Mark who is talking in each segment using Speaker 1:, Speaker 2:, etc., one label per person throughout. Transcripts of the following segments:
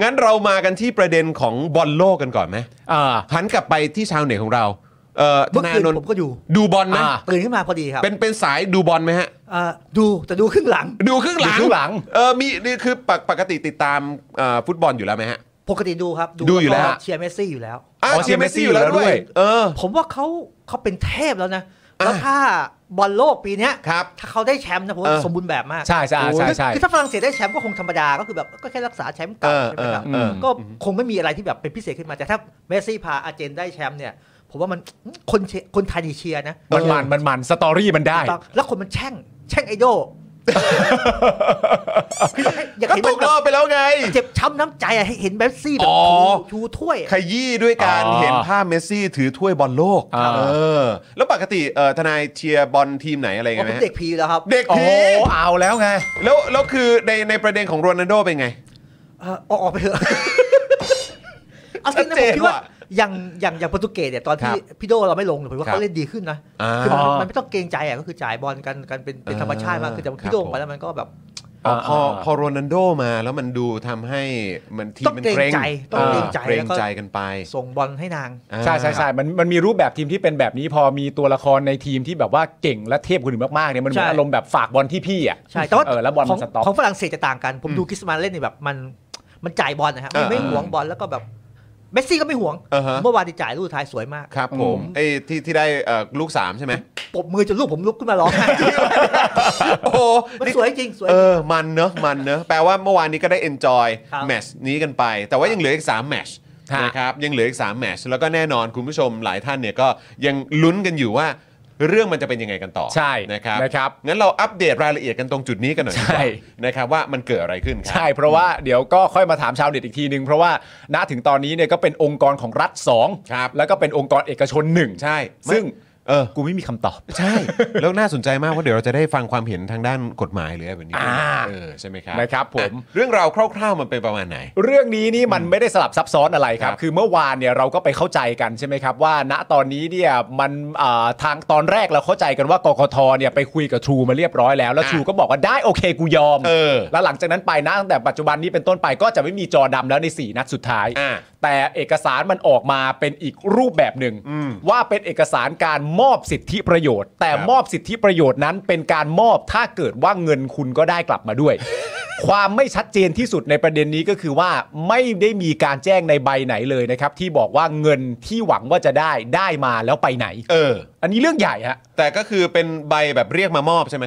Speaker 1: งั้นเรามากันที่ประเด็นของบอลโลกกันก่อนไหม
Speaker 2: อ่า
Speaker 1: หันกลับไปที่ชาวเน็ตของเรา เอ่อธ
Speaker 3: เมื่อ
Speaker 1: นา
Speaker 3: คืน
Speaker 1: โนน
Speaker 3: ผมก็อยู่
Speaker 1: ดูบอลไหม
Speaker 2: อ่า
Speaker 3: ตื่นขึ้นมาพอดีครับ
Speaker 1: เป็นเป็นสายดูบอลไหมฮะ
Speaker 3: เอ่อดูแต่ดูครึ่งหลัง
Speaker 1: ดูครึ่งหลัง
Speaker 2: ดูครึ่งหลัง
Speaker 1: เออมีนี่คือปกปกติติดตามเอ่อฟุตบอลอยู่แล้วไหมฮะ
Speaker 3: ปกติดูครับ
Speaker 1: ดูอยู่แล้ว
Speaker 3: ก็เชียร์เมสซี่อยู่แล้ว
Speaker 1: อ่ะ
Speaker 2: อ๋อ
Speaker 1: เชียร์เมสซี่อ
Speaker 2: เชียร์เมสซี่อยู่
Speaker 1: ยู่แล้ว
Speaker 2: แล้ว
Speaker 1: ด้
Speaker 2: ด้
Speaker 1: ว
Speaker 2: วย ย
Speaker 1: เออ
Speaker 3: ผมว่าเขาเขาเป็นเทพแล้วนะ
Speaker 1: อ่ะ
Speaker 3: แล้วถ้าบอลโลกปีเนี้ย
Speaker 1: ครับ
Speaker 3: ถ้าเขาได้แชมป์นะผมว่าสมบูรณ์แบบมาก
Speaker 2: ใช่ใช่ใช่ใช่
Speaker 3: คือคือถ้าฝรั่งเศสได้แชมป์ก็คงธรรมดาก็คือแบบก็แค่รักษาแชมป์
Speaker 1: เอ
Speaker 3: เก่า
Speaker 1: อ
Speaker 3: ใช่
Speaker 1: เอ
Speaker 3: ไห
Speaker 1: อ
Speaker 3: มครับ
Speaker 1: เออ
Speaker 3: ก็คงไม่มีอะไรที่แบบเป็นพิเศษขึ้นมาแต่ถ้าเมสซี่พาอาร์เจนได้แชมป์เนี่ยผมว่ามันคนเชียร์คนไทยดีเชียร์นะ
Speaker 2: มันมันมันมันสตอรี่มันได้
Speaker 3: ถูกต้องแล้วคนมันแช่งแช่งไอ ดอลคืออยากให้อยาก
Speaker 1: ก็
Speaker 3: เห็น
Speaker 1: ต
Speaker 3: มัน
Speaker 1: ก
Speaker 3: แบบ
Speaker 1: รอบไปแล้วไง
Speaker 3: เจ็บช้ำน้ำใจอะให้เห็นเมสซี่แบบ
Speaker 1: อ๋อ
Speaker 3: ชูชูถ้วยอะ
Speaker 1: ขยี้ด้วยการ
Speaker 2: อ๋อ
Speaker 1: เห็นภาพเมสซี่ถือถ้วยบอลโลก
Speaker 2: อ่า
Speaker 1: เออ แล้วปกติเอ่อทนายเชียร์บอลทีมไหนอะไร
Speaker 3: ผ
Speaker 1: ไง
Speaker 3: ม
Speaker 1: ไหมฮะ
Speaker 3: เด็กผีแล้วครับ
Speaker 1: เด็ก
Speaker 2: โอ้
Speaker 1: ผี
Speaker 2: เอาแล้วไง
Speaker 1: แล้วแล้วคือในในประเด็นของโรนัลโดเป็นไง
Speaker 3: เอ่อออกออกไปเถ อะ เอาจริงนะ
Speaker 1: ชัดเจ
Speaker 3: ผม
Speaker 1: น
Speaker 3: คิดว่า
Speaker 1: ว่ะ
Speaker 3: อย่างอย่างอย่างโปรตุเกสเนี่ยตอนที่พี่โดเราไม่ลงเนี่ยผมว่า
Speaker 1: ครับ
Speaker 3: เขาเล่นดีขึ้นนะ
Speaker 1: อ่า
Speaker 3: คือมัน
Speaker 2: อ๋อ
Speaker 3: มันไม่ต้องเกรงใจอะก็คือจ่ายบอลกันกันเป็นเป็นธรรมชาติมากคือแต่
Speaker 1: ครับ
Speaker 3: พี่โดล
Speaker 1: ผ
Speaker 3: ง
Speaker 1: ม
Speaker 3: ไปแล้วมันก็แบบ
Speaker 1: พอพอ
Speaker 2: อ่า
Speaker 1: พอโรนัลโดมาแล้วมันดูทำให้มันทีม
Speaker 3: ต้อง
Speaker 1: มัน
Speaker 3: เกรง
Speaker 1: เกรง
Speaker 3: ใจต้องเกรงใจ
Speaker 1: เกร
Speaker 3: แล้
Speaker 1: ง
Speaker 3: วก็
Speaker 1: ใจกันไป
Speaker 3: ส่งบอลให้นาง
Speaker 2: ใช่ใช่ใช่มันมันมีรูปแบบทีมที่เป็นแบบนี้พอมีตัวละครในทีมที่แบบว่าเก่งและเทพคนอื่นมากๆเนี่ยมันเหมือน
Speaker 3: ใช่
Speaker 2: อารมณ์แบบฝากบอลที่พี่อ่ะ
Speaker 3: ใช่แต่ว่า
Speaker 2: เออแล้วบอล
Speaker 3: ข
Speaker 2: มั
Speaker 3: อง
Speaker 2: นสต็อก
Speaker 3: ของฝรั่งเศสจะต่างกัน ผมดูกริสมานเล่นเนี่ยแบบมันมันจ่ายบอลนะฮะไม่
Speaker 1: อ่า
Speaker 3: ไม่หวงบอลแล้วก็แบบเมสซี่ก็ไม่หวง
Speaker 1: อ่าฮะ
Speaker 3: เมื่อวานที่จ่ายลูกท้ายสวยมาก
Speaker 1: ครับผมไอ้ที่ที่ได้เอ่อลูกสามใช่ไหม
Speaker 3: ปรบมือจนลูกผมลุกขึ้นมาร้องไห้
Speaker 1: โอ้โห
Speaker 3: มัน
Speaker 1: นี่
Speaker 3: สวยจริงสวย
Speaker 1: เออ มันเนอะมันเนอะแปลว่าเมื่อวานนี้ก็ได้ enjoy
Speaker 3: ครับ
Speaker 1: แมตชนี้กันไป แต่ว่ายังเหลืออีก 3 แมตช
Speaker 2: ฮะ
Speaker 1: นะครับยังเหลืออีก 3 แมตชแล้วก็แน่นอนคุณผู้ชมหลายท่านเนี่ยก็ยังลุ้นกันอยู่ว่าเรื่องมันจะเป็นยังไงกันต่อ
Speaker 2: ใช่
Speaker 1: นะครับ
Speaker 2: นะครับ
Speaker 1: งั้นเราอัปเดตรายละเอียดกันตรงจุดนี้กันหน่อยดีกว่า
Speaker 2: ใช่
Speaker 1: นะครับว่ามันเกิดอะไรขึ้นครั
Speaker 2: ใช่ เพราะว่าเดี๋ยวก็ค่อยมาถามชาวเน็ตอีกทีนึง เพราะว่าณถึงตอนนี้เนี่ยก็เป็นองค์กรของรัฐ 2
Speaker 1: ครับ
Speaker 2: แล้วก็เป็นองค์กรเอกชนหนึ่ง
Speaker 1: ใช่ไม่
Speaker 2: ซึ่ง
Speaker 1: เออ
Speaker 2: กูไม่มีคำตอบ
Speaker 1: ใช่ แล้วน่าสนใจมากว่าเดี๋ยวเราจะได้ฟังความเห็นทางด้านกฎหมายหรืออะไรแบบนี้
Speaker 2: อ่า
Speaker 1: เออใช่ไหมครับ
Speaker 2: นะครับผม
Speaker 1: อ่ะเรื่องราวคร่าวๆมันเป็นประมาณไหน
Speaker 2: เรื่องนี้นี่มันไม่ได้สลับซับซ้อนอะไรครับ
Speaker 1: ครับ
Speaker 2: คือเมื่อวานเนี่ยเราก็ไปเข้าใจกันใช่ไหมครับว่าณตอนนี้เนี่ยมันอ่าทางตอนแรกเราเข้าใจกันว่ากกทเนี่ยไปคุยกับทรูมาเรียบร้อยแล้ว แล้ว
Speaker 1: อ่ะ
Speaker 2: ทรูก็บอกว่าได้โอเคกูยอม
Speaker 1: เออ
Speaker 2: แล้วหลังจากนั้นไปนะตั้งแต่ปัจจุบันนี้เป็นต้นไปก็จะไม่มีจอดำแล้วใน 4 นัดสุดท้าย
Speaker 1: อ่ะ
Speaker 2: แต่เอกสารมันออกมาเป็นอีกรูปแบบหนึ่ง
Speaker 1: อืม
Speaker 2: ว่าเป็นเอกสารการมอบสิทธิประโยชน์ แต่
Speaker 1: ครับ
Speaker 2: มอบสิทธิประโยชน์นั้นเป็นการมอบถ้าเกิดว่าเงินคุณก็ได้กลับมาด้วย ความไม่ชัดเจนที่สุดในประเด็นนี้ก็คือว่าไม่ได้มีการแจ้งในใบไหนเลยนะครับ ที่บอกว่าเงินที่หวังว่าจะได้ได้มาแล้วไปไหน
Speaker 1: เออ
Speaker 2: อันนี้เรื่องใหญ่ฮะ
Speaker 1: แต่ก็คือเป็นใบแบบเรียกมามอบใช่ไหม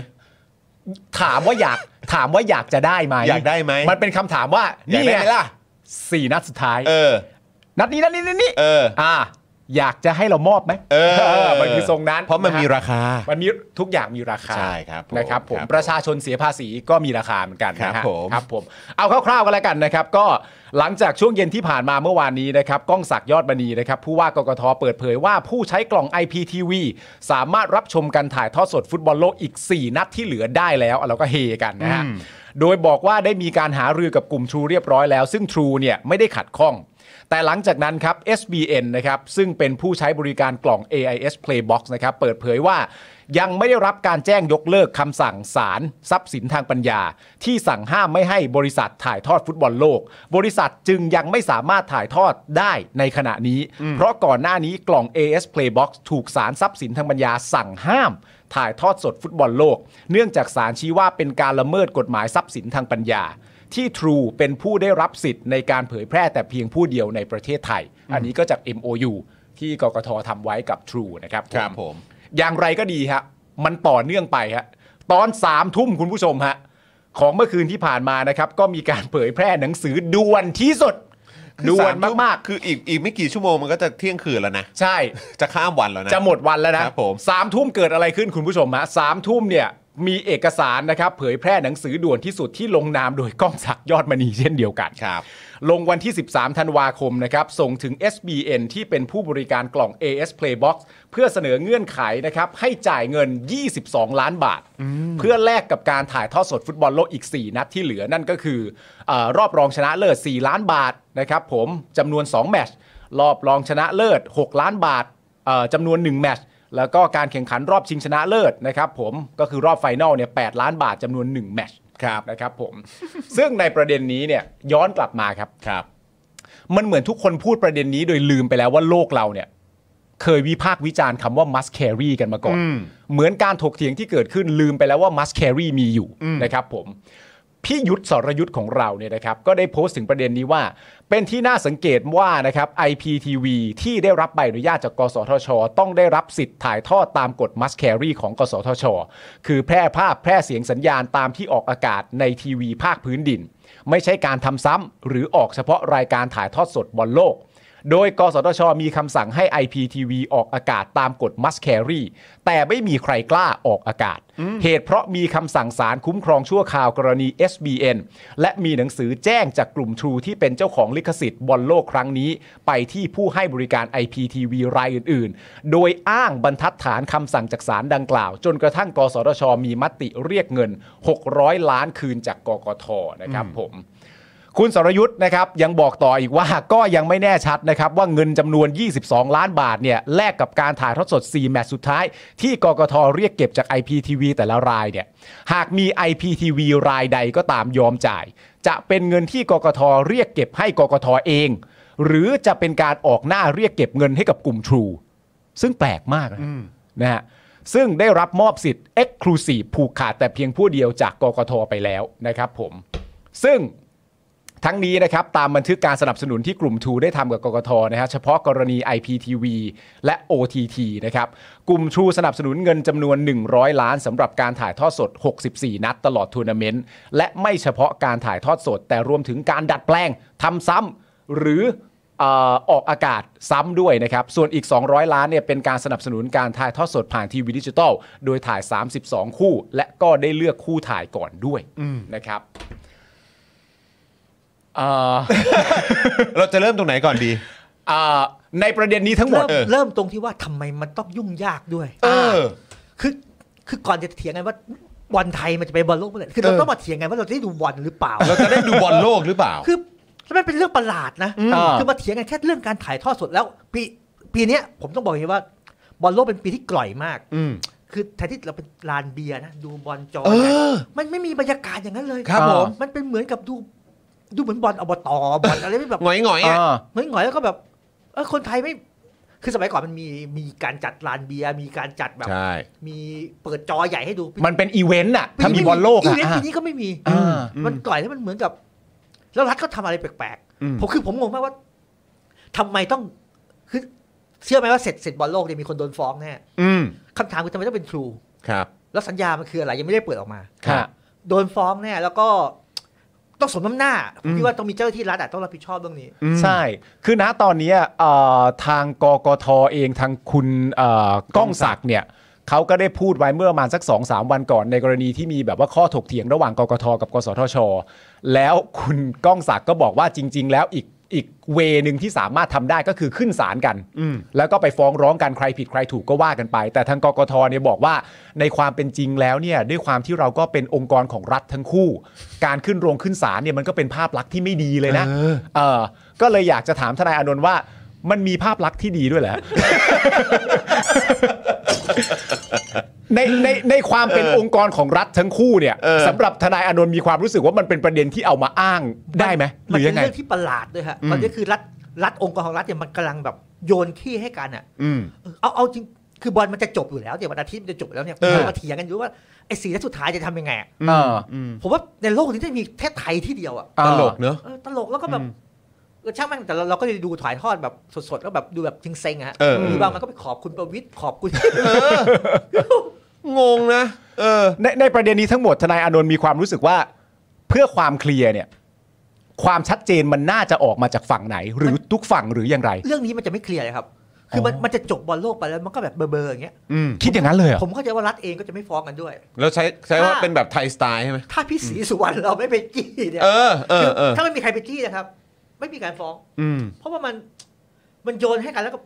Speaker 2: ถามว่าอยาก ถามว่าอยากจะได้ไหม
Speaker 1: อยากได้ไหม
Speaker 2: มันเป็นคำถามว่า
Speaker 1: อยาก
Speaker 2: นี่
Speaker 1: ได้
Speaker 2: ไง
Speaker 1: ไหมล่ะ
Speaker 2: สี่นัดสุดท้าย
Speaker 1: เออ
Speaker 2: นัดนี้นัดนี้นัดนี้
Speaker 1: เออ
Speaker 2: อ่า อยากจะให้เรามอบไหม
Speaker 1: เออ
Speaker 2: มันคือทรงนั้น
Speaker 1: เพราะมันมี
Speaker 2: ฮ
Speaker 1: ราคา
Speaker 2: มันมีทุกอย่างมีราคา
Speaker 1: ใช่ครับผม
Speaker 2: นะครับผม
Speaker 1: ครับ
Speaker 2: ประชาชนเสียภาษีก็มีราคาเหมือนกัน
Speaker 1: ครับ
Speaker 2: นะฮะ
Speaker 1: ผม
Speaker 2: ครับผมเอาคร่าวๆกันแล้วกันนะครับ ก็หลังจากช่วงเย็นที่ผ่านมาเมื่อวานนี้นะครับก้องศักดิ์ยอดมณีนะครับผู้ว่ากกทเปิดเผยว่าผู้ใช้กล่อง IPTV สามารถรับชมการถ่ายทอดสดฟุตบอลโลกอีก 4 นัดที่เหลือได้แล้วเราก็เฮกันนะฮะ
Speaker 1: อืม
Speaker 2: โดยบอกว่าได้มีการหารือกับกลุ่มทรูเรียบร้อยแล้ว ซึ่งทรูเนี่ยไม่ได้ขัดข้อง แต่หลังจากนั้นครับ SBN นะครับ ซึ่งเป็นผู้ใช้บริการกล่อง AIS Playbox นะครับ เปิดเผยว่ายังไม่ได้รับการแจ้งยกเลิกคำสั่งศาลทรัพย์สินทางปัญญา ที่สั่งห้ามไม่ให้บริษัทถ่ายทอดฟุตบอลโลก บริษัทจึงยังไม่สามารถถ่ายทอดได้ในขณะนี้ เพราะก่อนหน้านี้กล่อง AIS Playbox ถูกศาลทรัพย์สินทางปัญญาสั่งห้าม ถ่ายทอดสดฟุตบอลโลก เนื่องจากศาลชี้ว่าเป็นการละเมิดกฎหมายทรัพย์สินทางปัญญา ที่ True เป็นผู้ได้รับสิทธิ์ในการเผยแพร่แต่เพียงผู้เดียวในประเทศไทย อันนี้ก็จาก MOU ที่กกททำไว้กับ True นะครับ
Speaker 1: ครับผม
Speaker 2: อย่างไรก็ดีฮะมันต่อเนื่องไปฮะตอน3ามทุ่มคุณผู้ชมฮะของเมื่อคืนที่ผ่านมานะครับ ก็มีการเผยแพร่หนังสือด่วนที่สุดด่วนมาก
Speaker 1: คืออีกอีกไม่กี่ชั่วโมงมันก็จะเที่ยงคืนแล้วนะ
Speaker 2: ๆ ใช่
Speaker 1: จะข้ามวันแล้วนะ
Speaker 2: จะหมดวันแล้วนะครับ
Speaker 1: ผม
Speaker 2: สามทุ่มเกิดอะไรขึ้นคุณผู้ชมฮะสามทุ่มเนี่ยมีเอกสารนะครับ เผยแพร่หนังสือด่วนที่สุดที่ลงนามโดยก้องศักดิ์ยอดมณีเช่นเดียวกัน
Speaker 1: ครับ
Speaker 2: ลงวันที่ 13 ธันวาคมนะครับ ส่งถึง SBN ที่เป็นผู้บริการกล่อง AS Playbox เพื่อเสนอเงื่อนไขนะครับ ให้จ่ายเงิน 22 ล้านบาท เพื่อแลกกับการถ่ายทอดสดฟุตบอลโลกอีก 4 นัดที่เหลือนั่นก็คือเออรอบรองชนะเลิศ 4 ล้านบาทนะครับผมจำนวน 2 แมตช์รอบรองชนะเลิศ 6 ล้านบาทเอ่อจำนวน 1 แมตช์แล้วก็การแข่งขันรอบชิงชนะเลิศนะครับผมก็คือรอบไฟนอลเนี่ย8ล้านบาทจำนวน 1 แมตช์
Speaker 1: ครับ
Speaker 2: นะครับผม ซึ่งในประเด็นนี้เนี่ยย้อนกลับมาครับ
Speaker 1: ครับ
Speaker 2: มันเหมือนทุกคนพูดประเด็นนี้โดยลืมไปแล้วว่าโลกเราเนี่ยเคยวิพากษ์วิจารณ์คำว่า must carry กันมาก่อน
Speaker 1: อืม
Speaker 2: เหมือนการถกเถียงที่เกิดขึ้นลืมไปแล้วว่า must carry มีอยู่นะครับผม พี่ยุทธสรยุทธของเราเนี่ยนะครับก็ได้โพสต์ถึงประเด็นนี้ว่า เป็นที่น่าสังเกตว่านะครับ IPTV ที่ได้รับใบอนุญาตจาก กสทช ต้องได้รับสิทธิ์ถ่ายทอดตามกฎ must carry ของ กสทช คือแพร่ภาพแพร่เสียงสัญญาณตามที่ออกอากาศในทีวีภาคพื้นดิน ไม่ใช่การทำซ้ำหรือออกเฉพาะรายการถ่ายทอดสดบอลโลก โดย กสทช มีคำสั่งให้ IPTV ออกอากาศตามกฎ must carry แต่ไม่มีใครกล้าออกอากาศ เหตุเพราะมีคำสั่งศาลคุ้มครองชั่วคราวกรณี SBN และมีหนังสือแจ้งจากกลุ่ม True ที่เป็นเจ้าของลิขสิทธิ์บอลโลกครั้งนี้ ไปที่ผู้ให้บริการ IPTV รายอื่น ๆ โดยอ้างบรรทัดฐานคำสั่งจากศาลดังกล่าว จนกระทั่ง กสทช มีมติเรียกเงิน 600 ล้านคืนจากกกทนะครับผม คุณสรยุทธ์นะครับยังบอกต่ออีกว่า ก็ยังไม่แน่ชัดนะครับว่าเงินจำนวน 22 ล้านบาทเนี่ยแลกกับการถ่ายทอดสด 4 แมตช์สุดท้าย ที่กกทเรียกเก็บจาก IPTV แต่ละรายเนี่ยหากมี IPTV รายใดก็ตามยอมจ่าย จะเป็นเงินที่กกทเรียกเก็บให้กกทเอง หรือจะเป็นการออกหน้าเรียกเก็บเงินให้กับกลุ่ม True ซึ่งแปลกมากนะนะฮะซึ่งได้รับมอบสิทธิ์ Exclusive ผูกขาดแต่เพียงผู้เดียวจากกกทไปแล้วนะครับผม ซึ่ง ทั้งนี้นะครับตามบันทึกการสนับสนุนที่กลุ่มทูได้ทำกับกกทนะฮะเฉพาะกรณี IPTV และ OTT นะครับกลุ่มทูสนับสนุนเงินจำนวน 100 ล้านสำหรับการถ่ายทอดสด 64 นัดตลอดทัวร์นาเมนต์ และไม่เฉพาะการถ่ายทอดสด แต่รวมถึงการดัดแปลงทำซ้ำหรือ เอ่อออกอากาศซ้ำด้วยนะครับ ส่วนอีก 200 ล้านเนี่ยเป็นการสนับสนุนการถ่ายทอดสดผ่านทีวีดิจิตอลโดยถ่าย 32 คู่ และก็ได้เลือกคู่ถ่ายก่อนด้วยนะครับเอ่อ
Speaker 1: เราจะเริ่มตรงไหนก่อนดี
Speaker 2: เอ่อในประเด็นนี้ทั้งหมด
Speaker 1: เอ
Speaker 3: เริ่
Speaker 1: อ
Speaker 3: มเริ่มตรงที่ว่าทำไมมันต้องยุ่งยากด้วย
Speaker 1: เออ
Speaker 3: คือคือก่อนจะเถียงกันว่าบอลไทยมันจะไปบอลโลกเมื่อไหร่คือเรา
Speaker 1: เออ
Speaker 3: ต้องมาเถียงกันว่าเราจะได้ดูบอลหรือเปล่า
Speaker 1: เราจะได้ดูบอลโลกหรือเปล่า
Speaker 3: คือมันเป็นเรื่องประหลาดนะ
Speaker 2: อืม
Speaker 3: คือมาเถียงกันแค่เรื่องการถ่ายทอดสดแล้ว ปีปีเนี้ยผมต้องบอกอย่างนี้ว่า บอลโลกเป็นปีที่กล่อยมาก
Speaker 1: อืม
Speaker 3: คือแทนที่เราเป็นลานเบียร์นะ ดูบอลจอ
Speaker 1: เอ
Speaker 3: นะ
Speaker 1: อ
Speaker 3: มันไม่มีบรรยากาศอย่างนั้นเลย
Speaker 1: ครับผม
Speaker 3: มันเป็นเหมือนกับดูดูเหมือนบอลอบตบอลอะไรที่แบบ
Speaker 1: หงอยหงอยๆ
Speaker 2: เอ
Speaker 1: อ่ะ
Speaker 2: อ
Speaker 3: เฮ้ยหงอยแล้วก็แบบเออคนไทยไม่ คือสมัยก่อนมันมีมีการจัดลานเบียร์มีการจัดแบบ
Speaker 1: ใช่
Speaker 3: มีเปิดจอใหญ่ให้ดู
Speaker 2: มันเป็นอีเวนต์อะถ้ามีบอลโลก
Speaker 3: อี
Speaker 2: อะ
Speaker 3: เวนต์ปีนี้ก็ไม่มี
Speaker 2: อ่า
Speaker 3: มันก่อยแล้วมันเหมือนกับ แล้วรัฐก็ทำอะไรแปลก
Speaker 1: อืม
Speaker 3: ๆผมคือผมงงมากว่าทำไมต้องคือเชื่อไหมว่าเสร็จเสร็จบอลโลกเนี่ยมีคนโดนฟ้องแน่
Speaker 1: อืม
Speaker 3: คำถามคือทำไมต้องเป็นทรู
Speaker 1: ครับ
Speaker 3: แล้วสัญญามันคืออะไรยังไม่ได้เปิดออกมา
Speaker 1: ครับ
Speaker 2: ค่ะ
Speaker 3: โดนฟ้องแน่แล้วก็ต้องสมน้ำหน้าผม
Speaker 1: อื
Speaker 3: คิ
Speaker 1: ม
Speaker 3: ดว่าต้องมีเจ้าหน้าที่รัฐอะต้องรับผิดชอบเรื่องนี้
Speaker 1: อืม
Speaker 2: ใช่ คือณตอนนี้เอ่อทางกกทเองทางคุณเอ่อกล้องศักดิ์เนี่ยเขาก็ได้พูดไว้เมื่อประมาณสัก2อสวันก่อนในกรณีที่มีแบบว่าข้อถกเถียงระหว่างกกทกับ กสทช แล้วคุณก้องศักดิ์ก็บอกว่าจริง ๆ แล้วอีกอีกเวนึงที่สามารถทำได้ก็คือขึ้นศาลกัน
Speaker 1: อืม
Speaker 2: แล้วก็ไปฟ้องร้องกันใครผิดใครถูกก็ว่ากันไป แต่ทางกกทเนี่ยบอกว่าในความเป็นจริงแล้วเนี่ยด้วยความที่เราก็เป็นองค์กรของรัฐทั้งคู่ การขึ้นโรงขึ้นศาลเนี่ยมันก็เป็นภาพลักษณ์ที่ไม่ดีเลยนะ
Speaker 1: เออ
Speaker 2: เออก็เลยอยากจะถามทนายอานนท์ว่ามันมีภาพลักษณ์ที่ดีด้วยแหละ ในในในความเป็นองค์กรของรัฐทั้งคู่เนี่ย
Speaker 1: เออ
Speaker 2: สำหรับทนายอานนท์มีความรู้สึกว่ามันเป็นประเด็นที่เอามาอ้างได้ไหมห
Speaker 3: มัน
Speaker 2: รือ
Speaker 3: เป็
Speaker 2: ยั
Speaker 3: น
Speaker 2: งไง
Speaker 3: เรื่องที่ประหลาดด้วยฮะ
Speaker 1: อืม
Speaker 3: ตอนนี้คือรัฐรัฐองค์กรของรัฐเนี่ยมันกำลังแบบโยนขี้ให้กันอ่ะ
Speaker 1: อืม
Speaker 3: เออเอาเอาจริงคือบอลมันจะจบอยู่แล้วเนี่ยวันอาทิตย์มันจะจบแล้วเนี่ย
Speaker 1: เออ
Speaker 3: มาเถียงกันอยู่ว่าไอ้สีนัดสุดท้ายจะทำยังไงอะ
Speaker 2: เออ
Speaker 1: ม
Speaker 3: ผมว่าในโลกนี้จะมีแค่ไทยที่เดียวอ่ะ
Speaker 1: ตลกเนอะ
Speaker 3: เออตลกแล้วก็แบบเออช่างแม่งแต่เราเราก็ได้ดูถ่ายทอดแบบสดๆแล้วแบบดูแบบจริงเซ็งๆอะฮะ
Speaker 1: เออ
Speaker 3: มีบางมันก็ไปขอบคุณประวิทย์ขอบคุณ
Speaker 1: งงนะ เออ
Speaker 2: ในในประเด็นนี้ทั้งหมดทนายอานนท์มีความรู้สึกว่าเพื่อความเคลียร์เนี่ย ความชัดเจนมันน่าจะออกมาจากฝั่งไหน หรือทุกฝั่งหรืออย่างไร
Speaker 3: เรื่องนี้มันจะไม่เคลียร์เลยครับ คือมันมันจะจบบอลโลกไปแล้วมันก็แบบเบอร์ๆอย่างเงี้ย
Speaker 1: อืม
Speaker 2: คิดอย่างนั้นเลยเหรอ
Speaker 3: ผมเข้าใจว่ารัฐเองก็จะไม่ฟ้องกันด้วย
Speaker 1: แล้วใช้ใช้ว่าเป็นแบบไทยสไตล์ใช่ไหม
Speaker 3: ถ้าพี่ศรีสุวรรณเราไม่ไปจี้เนี่ย
Speaker 1: เออ เออ เออ
Speaker 3: ถ้าไม่มีใครไปจี้นะครับ ไม่มีการฟ้อง
Speaker 1: อืม
Speaker 3: เพราะว่ามันมันโยนให้กันแล้วก็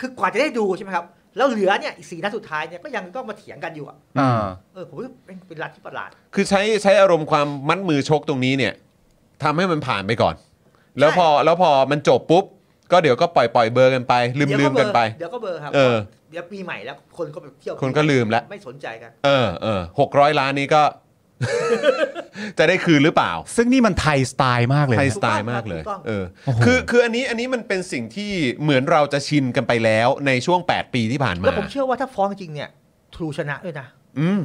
Speaker 3: คือกว่าจะได้ดูใช่ไหมครับ แล้วเหลือเนี่ยอีกสี่นัดสุดท้ายเนี่ยก็ยังต้องมาเถียงกันอยู่อะ
Speaker 2: อ่า
Speaker 3: เออผมว่าเป็นเป็นรัฐที่ประหลาด
Speaker 1: คือใช้ใช้อารมณ์ความมัดมือชกตรงนี้เนี่ยทำให้มันผ่านไปก่อน แล้วพอแล้วพอมันจบปุ๊บ ก็เดี๋ยวก็ปล่อยปล่อยเบอร์กันไป ลืม
Speaker 3: เดี๋ยว
Speaker 1: ลื
Speaker 3: ก็
Speaker 1: ม
Speaker 3: เบอร์
Speaker 1: กันไป
Speaker 3: เดี๋ยวก็เบอร์ครับ
Speaker 1: เออ
Speaker 3: เดี๋ยวปีใหม่แล้วคนก็ไปเที่ยว
Speaker 1: คนก็ลืมแล้ว
Speaker 3: ไม่สนใจกัน
Speaker 1: เออเออหกร้อยล้านนี้ก็ จะได้คืนหรือเปล่า
Speaker 2: ซึ่งนี่มันไทยสไตล์มากเลย
Speaker 1: ไทย
Speaker 2: นะ
Speaker 1: สไตล์มากเลย
Speaker 3: ถูกต้อง
Speaker 1: เออ
Speaker 2: โอ้โห
Speaker 1: คือคืออันนี้อันนี้มันเป็นสิ่งที่เหมือนเราจะชินกันไปแล้วในช่วง 8 ปีที่ผ่านมา
Speaker 3: แล้วผมเชื่อว่าถ้าฟ้องจริงเนี่ยทรูชนะด้วยนะ
Speaker 1: อืม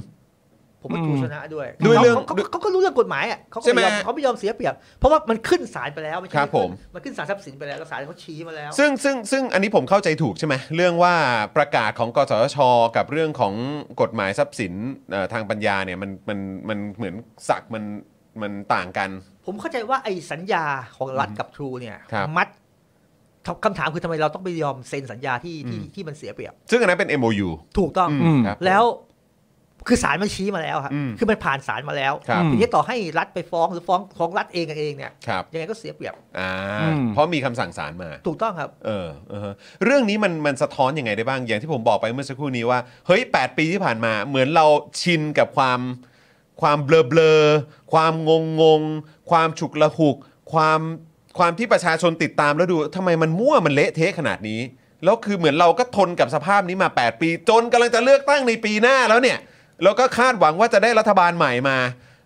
Speaker 3: ผมว่า
Speaker 2: อืม
Speaker 3: ทรูชนะด้วย
Speaker 1: ด้วยเรื่อง
Speaker 3: ขาขาเขาก็รู้เรื่องกฎหมายอ่ะเขาก็
Speaker 1: ใช่ไหม
Speaker 3: ยอเขาไม่ยอมเสียเปรียบ เพราะว่ามันขึ้นศาลไปแล้วนใช่
Speaker 1: ครับผม
Speaker 3: มันขึ้นศาลทรัพย์สินไปแล้วแล้วศาลเขาชี้มาแล้ว
Speaker 1: ซึ่งซึ่งซึ่งอันนี้ผมเข้าใจถูกใช่ไหมเรื่องว่าประกาศของกสทช กับเรื่องของกฎหมายทรัพย์สินเอ่อทางปัญญาเนี่ยมันมันมันเหมือนสักมันมันต่างกัน
Speaker 3: ผมเข้าใจว่าไอ้สัญญาของรัฐกับทรูเนี่ย
Speaker 1: ครับ
Speaker 3: มัดคำถามคือทำไมเราต้องไปยอมเซ็นสัญญาที่ที่
Speaker 1: อืม
Speaker 3: ที่มันเสียเปรียบ
Speaker 1: ซึ่งอันนั้นเป็น MOU
Speaker 3: ถูกต้อง
Speaker 1: อืมครับ
Speaker 3: แล้วคือศาลมันชี้มาแล้วครับ
Speaker 1: อืม
Speaker 3: คือมันผ่านศาลมาแล้ว
Speaker 1: ครับ
Speaker 3: ทีนี้ต่อให้รัฐไปฟ้องหรือฟ้องของรัฐเองกันเองเนี่ย
Speaker 1: ครับ
Speaker 3: ยังไงก็เสียเปรียบ
Speaker 1: อ่า
Speaker 2: อืม
Speaker 1: เพราะมีคำสั่งศาลมา
Speaker 3: ถูกต้องครับ
Speaker 1: เออเออฮะเรื่องนี้มันมันสะท้อนอยังไงได้บ้าง อย่างที่ผมบอกไปเมื่อสักครู่นี้ว่า เฮ้ย 8 ปีที่ผ่านมา เหมือนเราชินกับความความเบลอเบลอๆความงงงงๆความฉุกละหุก ความความที่ประชาชนติดตามแล้วดูทำไมมันมั่วมันเละเทะขนาดนี้ แล้วคือเหมือนเราก็ทนกับสภาพนี้มา 8 ปี จนกำลังจะเลือกตั้งในปีหน้าแล้วเนี่ยแล้วก็คาดหวังว่าจะได้รัฐบาลใหม่มา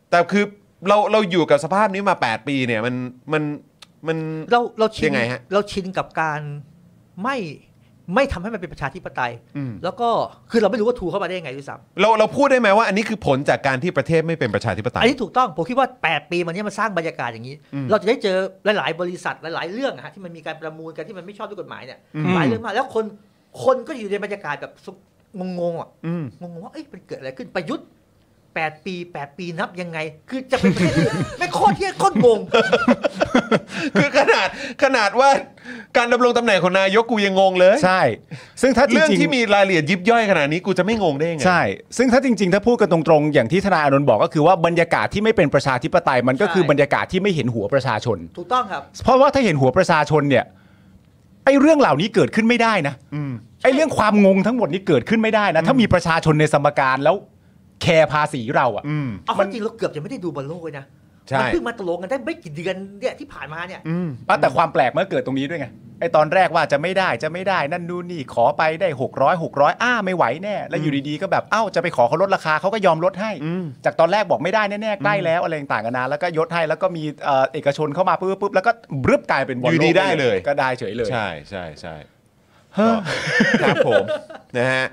Speaker 1: แต่คือเราเราอยู่กับสภาพนี้มา 8 ปีเนี่ยมันมันมัน
Speaker 3: เราเราชิ
Speaker 1: ยั
Speaker 3: น
Speaker 1: งไงฮะ
Speaker 3: เราชินกับการไม่ไม่ทำให้มันเป็นประชาธิปไตย
Speaker 1: อืม
Speaker 3: แล้วก็คือเราไม่รู้ว่าทูเข้ามาได้ยังไงด้วยซ้
Speaker 1: เราเราพูดได้ไหมว่าอันนี้คือผลจากการที่ประเทศไม่เป็นประชาธิปไต
Speaker 3: ำอั
Speaker 1: ย
Speaker 3: นนี้ถูกต้อง ผมคิดว่า 8 ปีมันเนี้ยมันสร้างบรรยากาศอย่างนี้
Speaker 1: อืม
Speaker 3: เราจะได้เจอหลาย ๆ บริษัทหลาย ๆ เรื่องอะฮะที่มันมีการประมูลกันที่มันไม่ชอบด้วยกฎหมายเนี่ย
Speaker 1: อืม
Speaker 3: หลายเรื่องมากแล้วคนคนก็อยู่ในบรรยากาศแบบงงๆอ่ะ
Speaker 1: อืม
Speaker 3: งงๆว่าเอ้ยมันเกิดอะไรขึ้นประยุทธ์8ปี8ปีนับยังไง คือจะเป็นประเทศที่ ไม่โคตรเที่ยโคตรงง
Speaker 1: คือขนาดขนาดว่าการดำรงตำแหน่งของนายกกูยังงงเลย
Speaker 2: ใช่ ซึ่งถ้าจริงๆ
Speaker 1: เรื่องที่มีรายละเอียดยิบย่อยขนาดนี้กูจะไม่งงได้ยังไง
Speaker 2: ใช่ ซึ่งถ้าจริงๆ ถ้าพูดกันตรงๆ อย่างที่ทนายอานนท์บอกก็คือว่าบรรยากาศที่ไม่เป็นประชาธิปไตยมันก็
Speaker 3: ใช่
Speaker 2: คือบรรยากาศที่ไม่เห็นหัวประชาชน
Speaker 3: ถูกต้องครับ
Speaker 2: เพราะว่าถ้าเห็นหัวประชาชนเนี่ยไอ้เรื่องเหล่านี้เกิดขึ้นไม่ได้นะ
Speaker 1: อืม
Speaker 2: ไอ้เรื่องความงงทั้งหมดนี้เกิดขึ้นไม่ได้นะ ถ้ามีประชาชนในสมการแล้วแคร์ภาษีเราอะ
Speaker 1: อืม
Speaker 3: เอาเข้าจริงเราเกือบจะไม่ได้ดูบอลโลกเลยนะ
Speaker 1: ใช่
Speaker 3: มัเพิ่งมาตกลงกันได้ไม่กี่เดือนเนี่ยที่ผ่านมาเนี่ย
Speaker 1: อืม
Speaker 2: อ่ะแต่ความแปลกมันก็เกิดตรงนี้ด้วยไงไอตอนแรกว่าจะไม่ได้จะไม่ได้นั่นนู่นนี่ขอไปได้ 600 600 อ้าไม่ไหวแน่ แล้วอยู่ดีๆก็แบบเอ้าจะไปขอเขาลดราคาเขาก็ยอมลดให้
Speaker 1: อืม
Speaker 2: จากตอนแรกบอกไม่ได้แน่ๆใกล้แล้วอะไรต่างกันานาแล้วก็ยศให้แล้วก็มีเอ่อเอกชนเข้ามาปุ๊บปุ๊บแล้วก็บรึบกลายเป็นบอ
Speaker 1: อ
Speaker 2: ล
Speaker 1: ยู่
Speaker 2: โล
Speaker 1: ดี
Speaker 2: ก
Speaker 1: ได้เลย
Speaker 2: ก็ได้เฉยเลย
Speaker 1: ใช่ใช่ใช่
Speaker 2: เฮ้อ
Speaker 1: ครับผมนะฮะ